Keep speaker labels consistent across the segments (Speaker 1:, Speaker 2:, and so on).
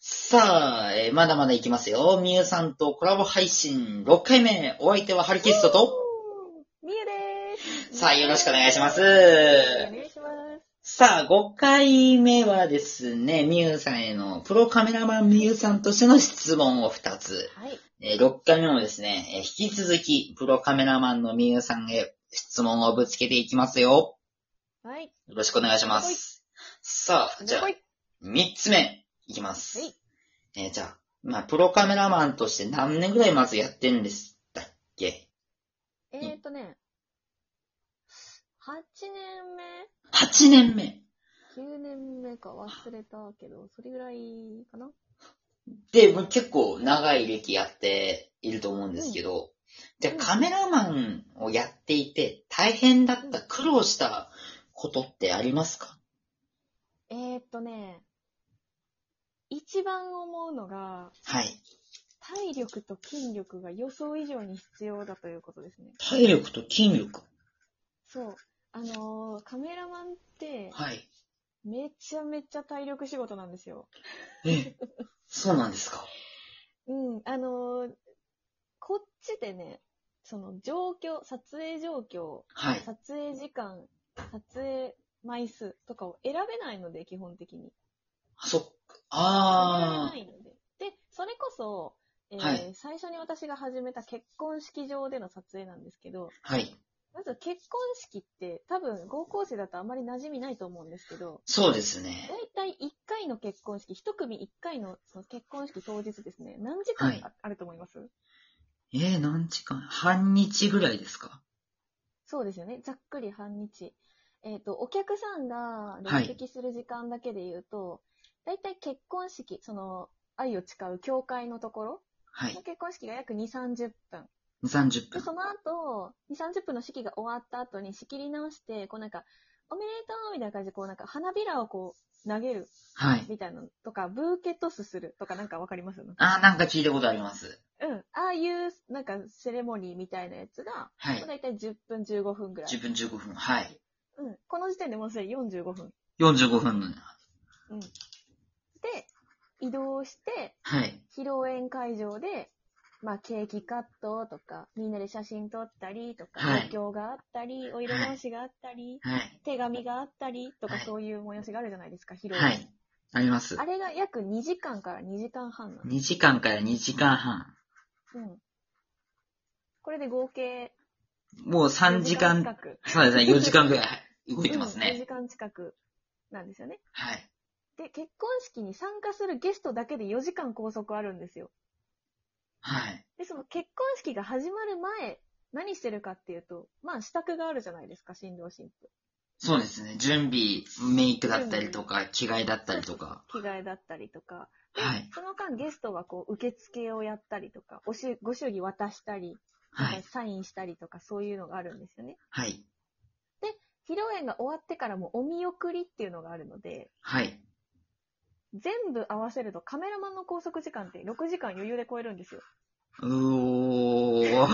Speaker 1: さあ、えーまだまだいきますよ。みゆさんとコラボ配信6回目。お相手はハルキストと、
Speaker 2: みゆです。
Speaker 1: さあ、よろしくお願いします。
Speaker 2: お願いします。
Speaker 1: さあ、5回目はですね、みゆさんへのプロカメラマンみゆさんとしての質問を2つ。
Speaker 2: はい。
Speaker 1: えー6回目もですね、えー引き続きプロカメラマンのみゆさんへ質問をぶつけていきますよ。
Speaker 2: はい。
Speaker 1: よろしくお願いします。さあ、じゃあ
Speaker 2: は、い。
Speaker 1: 3つ目いきます。
Speaker 2: はい
Speaker 1: えーじゃあ、まあ、プロカメラマンとして何年ぐらいまずやってるんでしたっけ
Speaker 2: えーっとね、8年目
Speaker 1: ?8 年目。
Speaker 2: ?9 年目か忘れたけど、それぐらいかな
Speaker 1: で、もう結構長い歴やっていると思うんですけど、で、
Speaker 2: うん
Speaker 1: カメラマンをやっていて大変だった、苦労したことってありますか
Speaker 2: えーっとね、一番思うのが、
Speaker 1: はい。
Speaker 2: 体力と筋力が予想以上に必要だということですね。
Speaker 1: 体力と筋力。
Speaker 2: そう。あのーカメラマンって、
Speaker 1: はい。
Speaker 2: めちゃめちゃ体力仕事なんですよ。
Speaker 1: え、そうなんですか
Speaker 2: うん、あのーこっちでね、その状況、撮影状況、
Speaker 1: はい。
Speaker 2: 撮影時間、撮影枚数とかを選べないので、基本的に。
Speaker 1: そっか。
Speaker 2: 選
Speaker 1: あ
Speaker 2: べないので。で、それこそ、えー
Speaker 1: はい
Speaker 2: 最初に私が始めた結婚式場での撮影なんですけど、
Speaker 1: ー。はい。
Speaker 2: まず結婚式って多分合コン生だとあまり馴染みないと思うんですけど、
Speaker 1: そうですね。
Speaker 2: 大体1回の結婚式、1組1回のその結婚式当日ですね、何時間
Speaker 1: はい
Speaker 2: ああると思います、
Speaker 1: えー、何時間半日ぐらいですか
Speaker 2: そうですよね。ざっくり半日。えっ、と、お客さんが
Speaker 1: はい
Speaker 2: 出席する時間だけで言うと、大体結婚式、その、愛を誓う教会のところ
Speaker 1: はい
Speaker 2: の。結婚式が約2、30分。
Speaker 1: 30
Speaker 2: で、
Speaker 1: 分。
Speaker 2: その後、2、30分の式が終わった後に仕切り直して、こうなんか、おめでとうみたいな感じで、こうなんか花びらをこう投げる
Speaker 1: はい。
Speaker 2: みたいなのとか、ブーケトスするとかなんかわかりますうん。
Speaker 1: あー、なんか聞いたことあります。
Speaker 2: ああいうなんかセレモニーみたいなやつが、
Speaker 1: はい。
Speaker 2: 大体10分15分ぐらい。
Speaker 1: 10分15分。はい。
Speaker 2: うん。この時点でもうすでに45分。
Speaker 1: 45分の。
Speaker 2: で、移動して、
Speaker 1: はい。
Speaker 2: 披露宴会場で、まあ、ケーキカットとか、みんなで写真撮ったりとか、
Speaker 1: はい
Speaker 2: 余興があったり、お色直しがあったり、
Speaker 1: はい。
Speaker 2: 手紙があったりとか、
Speaker 1: はい
Speaker 2: そういう催しがあるじゃないですか、披露
Speaker 1: は
Speaker 2: 宴。
Speaker 1: い。あります
Speaker 2: あ。れが約2時間から2時間半なんで
Speaker 1: 2時間から2時間半。
Speaker 2: す。うん。これで合計
Speaker 1: もう3時
Speaker 2: 4
Speaker 1: 間
Speaker 2: 近、く。
Speaker 1: そうですね、4時間ぐらい動いてます
Speaker 2: 4時
Speaker 1: ね。
Speaker 2: 間近くなんですよね。
Speaker 1: はい。
Speaker 2: で、結婚式に参加するゲストだけで4時間拘束あるんですよ。
Speaker 1: はい。
Speaker 2: で、その結婚式が始まる前、何してるかっていうと、まあ、支度があるじゃないですか、新郎新婦。
Speaker 1: そうですね、準備、メイクだったりとか、着替えだったりとか。
Speaker 2: 着替えだったりとか。
Speaker 1: はい。
Speaker 2: その間、ゲストはこう、受付をやったりとか、おしご祝儀渡したり、
Speaker 1: はい。
Speaker 2: サインしたりとか、そういうのがあるんですよね。
Speaker 1: はい。
Speaker 2: 披露宴が終わってからもお見送りっていうのがあるので、
Speaker 1: はい。
Speaker 2: 全部合わせるとカメラマンの拘束時間って6時間余裕で超えるんですよ。
Speaker 1: う おー。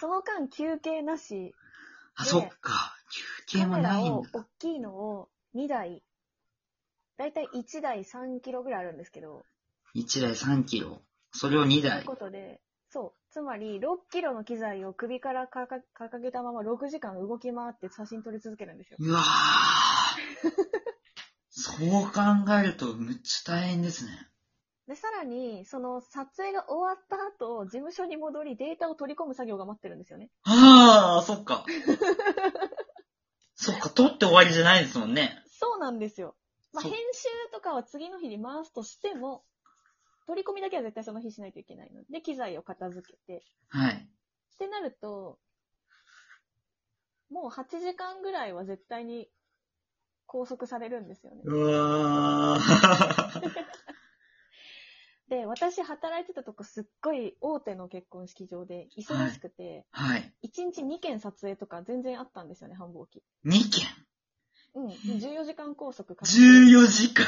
Speaker 2: その間休憩なし、
Speaker 1: あ、
Speaker 2: で
Speaker 1: そっか。休憩
Speaker 2: カ
Speaker 1: も
Speaker 2: メ
Speaker 1: な
Speaker 2: ラ
Speaker 1: いん
Speaker 2: を
Speaker 1: だ。
Speaker 2: 大きいのを2台、だいたい1台3キロぐらいあるんですけど、
Speaker 1: 1台3キロ。それを2
Speaker 2: という
Speaker 1: 台。
Speaker 2: ことで、そう、つまり6キロの機材を首からかか掲げたまま6時間動き回って写真撮り続けるんですよ。
Speaker 1: うわ ー。そう考えると、むっちゃ大変ですね。
Speaker 2: で、さらに、その撮影が終わった後、事務所に戻りデータを取り込む作業が待ってるんですよね。
Speaker 1: ああ、そっ か。そっか、撮って終わりじゃないですもんね。
Speaker 2: そうなんですよ。まあ、
Speaker 1: そう
Speaker 2: 編集とかは次の日に回すとしても、取り込みだけは絶対その日しないといけないので、機材を片付けて。
Speaker 1: はい。
Speaker 2: ってなると、もう8時間ぐらいは絶対に拘束されるんですよね。
Speaker 1: うわー。
Speaker 2: で、私働いてたとこすっごい大手の結婚式場で忙しくて、
Speaker 1: はい。
Speaker 2: 1日2件撮影とか全然あったんですよね、繁忙期。
Speaker 1: 2件。
Speaker 2: うん。で14時 間拘束かかる。
Speaker 1: 14時間。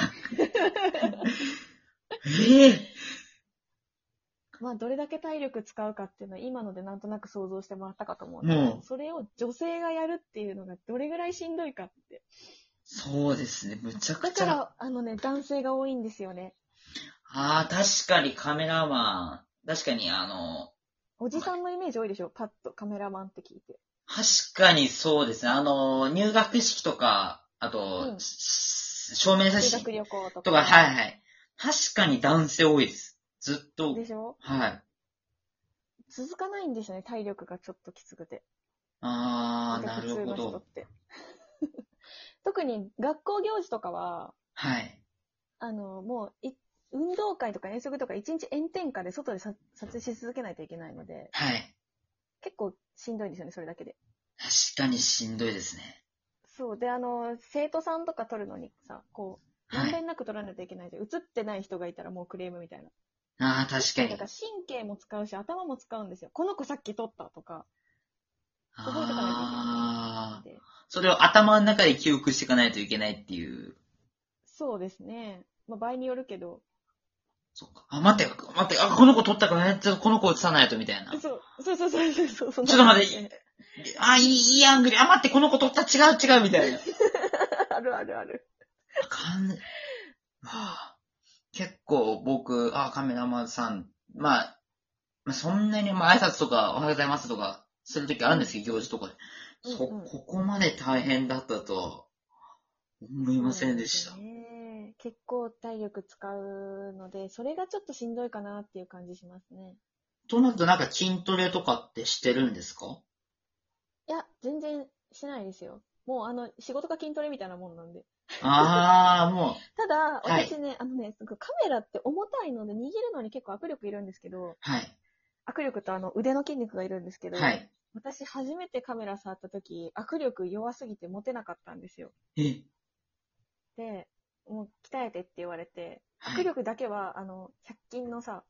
Speaker 1: ええ
Speaker 2: まあ、どれだけ体力使うかっていうのは今のでなんとなく想像してもらったかと思う
Speaker 1: うん
Speaker 2: それを女性がやるっていうのがどれぐらいしんどいかって。
Speaker 1: そうですね、むちゃく
Speaker 2: だ
Speaker 1: ち
Speaker 2: か
Speaker 1: ゃ。
Speaker 2: ら、あのね、男性が多いんですよね。
Speaker 1: ああ、確かにカメラマン。確かにあの、
Speaker 2: おじさんのイメージ多いでしょパッとカメラマンって聞いて。
Speaker 1: 確かにそうですね。あの、入学式とか、あと、
Speaker 2: うん
Speaker 1: し証明写
Speaker 2: 修
Speaker 1: 真
Speaker 2: 学旅行と
Speaker 1: と
Speaker 2: か。
Speaker 1: か、はいはい。確かに男性多いです。ずっと
Speaker 2: で。しょ
Speaker 1: はい。
Speaker 2: 続かないんですよね、体力がちょっときつくて。
Speaker 1: ああ、な
Speaker 2: 普
Speaker 1: る
Speaker 2: 通
Speaker 1: ほ
Speaker 2: の人っ
Speaker 1: ど。
Speaker 2: て。 特に学校行事とかは、
Speaker 1: はい。
Speaker 2: あの、もう、い運動会とか遠足とか一日炎天下で外でさ撮影し続けないといけないので、
Speaker 1: はい。
Speaker 2: 結構しんどいんですよね、それだけで。
Speaker 1: 確かにしんどいですね。
Speaker 2: そう。で、あの、生徒さんとか撮るのにさ、こう、
Speaker 1: は
Speaker 2: まん
Speaker 1: い
Speaker 2: べ。んなく撮らないといけないじゃん。映ってない人がいたらもうクレームみたいな。
Speaker 1: ああ、確か
Speaker 2: だ
Speaker 1: に
Speaker 2: か。ら神経も使うし、頭も使うんですよ。この子さっき撮ったとか。覚えとかないといけ
Speaker 1: ああ
Speaker 2: で。
Speaker 1: それを頭の中で記憶していかないといけないっていう。
Speaker 2: そうですね。まあ、場合によるけど。
Speaker 1: そっか。あ、待って、待って、あ、この子取ったからね、ちょっとこの子映さないとみたいな。
Speaker 2: そう、そうそうそうそうそう。そんな
Speaker 1: ちょっと待って
Speaker 2: 感じ
Speaker 1: あ、いい、いいアングル。あ、待って、この子取った。違う、違う、みたいな。
Speaker 2: あるあるある。
Speaker 1: あかん、わあ結構僕、あ、カメラマンさん、まあ、まあ、そんなに、まあ、挨拶とか、おはようございますとか、するときあるんですけど、行事とかで。そ、
Speaker 2: うんうん
Speaker 1: ここまで大変だったとは、思いませんでした。
Speaker 2: そうなんですよね結構体力使うので、それがちょっとしんどいかなっていう感じしますね。
Speaker 1: となると、なんか筋トレとかってしてるんです か
Speaker 2: いや、全然しないですよ。もうあの、仕事が筋トレみたいなもんなんで。
Speaker 1: ああ、もう、
Speaker 2: ただ、
Speaker 1: はい
Speaker 2: 私ね、あのね、すごいカメラって重たいので握るのに結構握力いるんですけど、
Speaker 1: はい、
Speaker 2: 握力とあの腕の筋肉がいるんですけど、
Speaker 1: はい。
Speaker 2: 私初めてカメラ触った時、握力弱すぎて持てなかったんですよ。
Speaker 1: え、
Speaker 2: で、もう鍛えてって言われて、
Speaker 1: は
Speaker 2: 握
Speaker 1: い。
Speaker 2: 力だけは、あの、100均のさ、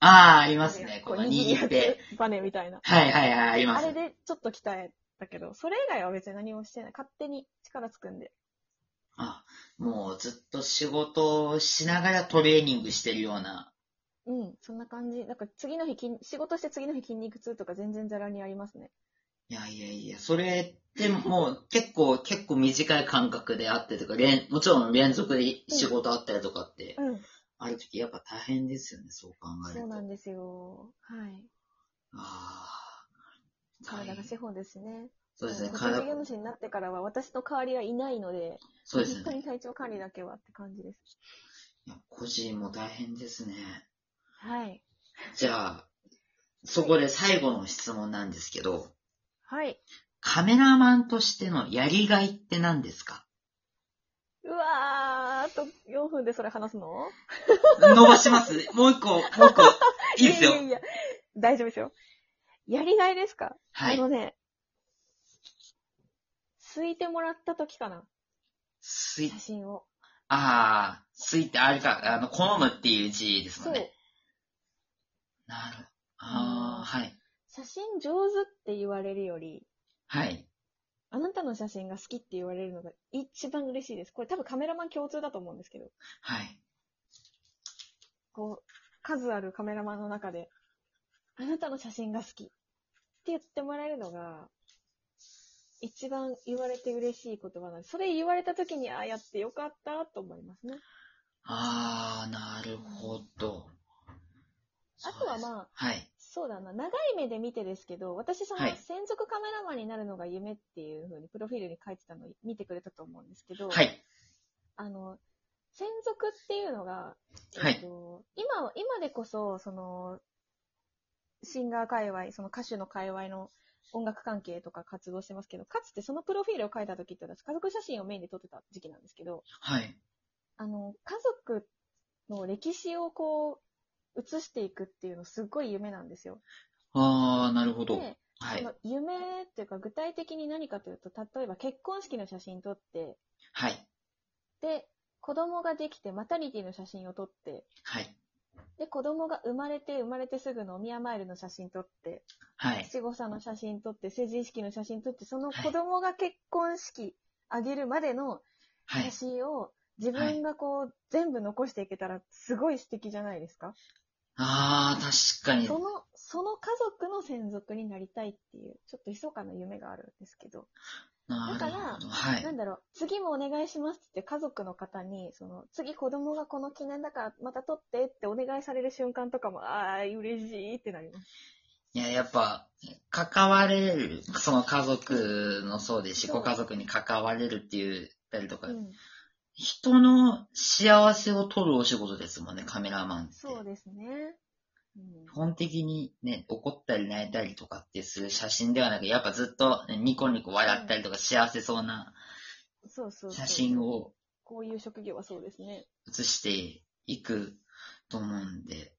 Speaker 1: ああ、ありますね。こ
Speaker 2: こう
Speaker 1: の
Speaker 2: 握
Speaker 1: 握っ
Speaker 2: り
Speaker 1: て。
Speaker 2: やつバネみたいな。
Speaker 1: はい、はい、はい、ありま
Speaker 2: あ
Speaker 1: す
Speaker 2: れ。でちょっと鍛えたけど、それ以外は別に何もしてない。勝手に力つくんで。
Speaker 1: あ、もうずっと仕事をしながらトレーニングしてるような。
Speaker 2: うん、そんな感じ。なんか次の日筋、仕事して次の日筋肉痛とか全然ザラにありますね。
Speaker 1: いやいやいや、それってもう結構、結構短い間隔であってとか、連もちろん連続で仕事あったりとかって、
Speaker 2: うん、
Speaker 1: ある時やっぱ大変ですよね、そう考える
Speaker 2: そう
Speaker 1: と。
Speaker 2: なんですよ。はい。
Speaker 1: ああ。大
Speaker 2: 体が
Speaker 1: 変
Speaker 2: 資本ですね。
Speaker 1: そうですね、
Speaker 2: 個人事
Speaker 1: 体、
Speaker 2: 業主になってからは私の代わりはいないので、
Speaker 1: そうです
Speaker 2: 本当
Speaker 1: ね。
Speaker 2: に体調管理だけはって感じです。
Speaker 1: いや個人も大変ですね。
Speaker 2: はい。
Speaker 1: じゃあ、そこで最後の質問なんですけど、
Speaker 2: はい。
Speaker 1: カメラマンとしてのやりがいって何ですか
Speaker 2: うわー、あと4分でそれ話すの
Speaker 1: 伸ばします。もう一個、もう一 個。いいですよ
Speaker 2: や。いやいや、大丈夫ですよ。やりがいですか
Speaker 1: は
Speaker 2: あ
Speaker 1: い。
Speaker 2: のね、すいてもらった時かな、
Speaker 1: すい
Speaker 2: 写、真を。
Speaker 1: ああ、すいって、あれか、あの、好むっていう字です
Speaker 2: そ
Speaker 1: もん
Speaker 2: う。
Speaker 1: ね。なるほど。ああ、はい。
Speaker 2: 写真上手って言われるより、
Speaker 1: はい。
Speaker 2: あなたの写真が好きって言われるのが一番嬉しいです。これ多分カメラマン共通だと思うんですけど、
Speaker 1: はい。
Speaker 2: こう、数あるカメラマンの中で、あなたの写真が好きって言ってもらえるのが、一番言われて嬉しい言葉なんで、それ言われた時に、ああやってよかったと思いますね。
Speaker 1: ああ、なるほど。
Speaker 2: あとはまあ
Speaker 1: あ、はい。
Speaker 2: そうだな、長い目で見てですけど、私、その
Speaker 1: はい
Speaker 2: 専属カメラマンになるのが夢っていうふうに、プロフィールに書いてたのを見てくれたと思うんですけど、
Speaker 1: はい。
Speaker 2: あの、専属っていうのが、
Speaker 1: はい
Speaker 2: っと今は、今でこそ、その、シンガー界隈、その歌手の界隈の音楽関係とか活動してますけど、かつてそのプロフィールを書いた時って私、家族写真をメインで撮ってた時期なんですけど、
Speaker 1: はい。
Speaker 2: あの、家族の歴史をこう、映していくっていうのすっごい夢なんですよ。
Speaker 1: ああ、なるほど。
Speaker 2: で、
Speaker 1: は
Speaker 2: そ
Speaker 1: い
Speaker 2: の。夢っていうか具体的に何かというと例えば結婚式の写真撮って
Speaker 1: はい。
Speaker 2: で子供ができてマタニティの写真を撮って
Speaker 1: はい。
Speaker 2: で子供が生まれて生まれてすぐのお宮参りの写真撮って
Speaker 1: はい。
Speaker 2: 七五三の写真撮って成人式の写真撮ってその
Speaker 1: はい
Speaker 2: 子供が結婚式あげるまでの
Speaker 1: は
Speaker 2: 写
Speaker 1: い。
Speaker 2: 真を自分がこう全部残していけたらすごい素敵じゃないですか、
Speaker 1: ああ、確かに。
Speaker 2: そのその家族の専属になりたいっていうちょっと密かな夢があるんですけど
Speaker 1: な
Speaker 2: だ
Speaker 1: る
Speaker 2: から
Speaker 1: ほど。は
Speaker 2: ないん。だろう、次もお願いしますって家族の方に、その、次子供がこの記念だからまた撮ってってお願いされる瞬間とかも、ああ、嬉しいってなります。
Speaker 1: いや、やっぱ、関われる、その家族のそうですし、
Speaker 2: そう
Speaker 1: ご家族に関われるって言ったりとか、
Speaker 2: うん、
Speaker 1: 人の幸せを撮るお仕事ですもんね、カメラマンって。
Speaker 2: そうですね。うん
Speaker 1: 基本的にね、怒ったり泣いたりとかってする写真ではなく、やっぱずっとねニコニコ笑ったりとか幸せそうな
Speaker 2: そうそうそ
Speaker 1: 写
Speaker 2: う
Speaker 1: 真を
Speaker 2: こういう職業はそうですね。
Speaker 1: 写していくと思うんで、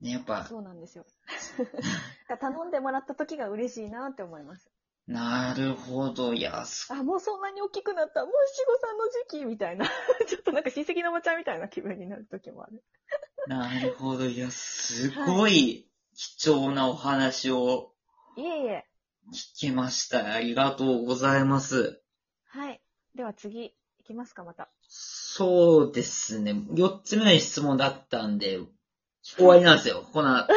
Speaker 1: ね、やっぱ、
Speaker 2: そうなんですよ。 だから頼んでもらった時が嬉しいなって思います。
Speaker 1: なるほど、いや、す
Speaker 2: あ、もうそんなに大きくなった。もう七五三の時期みたいな。 ちょっとなんか親戚のおばちゃんみたいな気分になる時もある。
Speaker 1: なるほど、いや、すごい貴重なお話を
Speaker 2: いえいえ。
Speaker 1: 聞けました。ありがとうございます。
Speaker 2: はい。では次、行きますか、また。
Speaker 1: そうですね、4つ目の質問だったんで、終わりなんですよ。この、
Speaker 2: 嘘、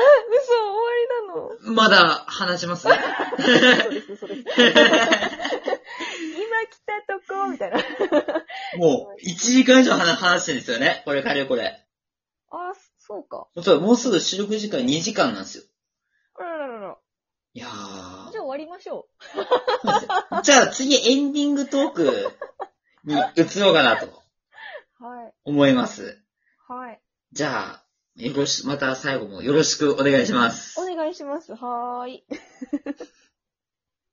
Speaker 2: 終わ
Speaker 1: まだ話し ますね。
Speaker 2: り なの。そうです、そうです。今来たとこ、みたいな。
Speaker 1: もう、1時間以上話話してるんですよね。これ、かれこれ。
Speaker 2: あ、そうか。
Speaker 1: そうもうすぐ収録時間2時間なんですよ。
Speaker 2: あらららら。
Speaker 1: いやー
Speaker 2: じゃあ終わりましょ
Speaker 1: じゃあ次エンディングトークに移ろうかなと
Speaker 2: う。はい。
Speaker 1: 思います。
Speaker 2: はい。
Speaker 1: じゃあ、よろし、また最後もよろしくお願いします
Speaker 2: お。願いします。はーい。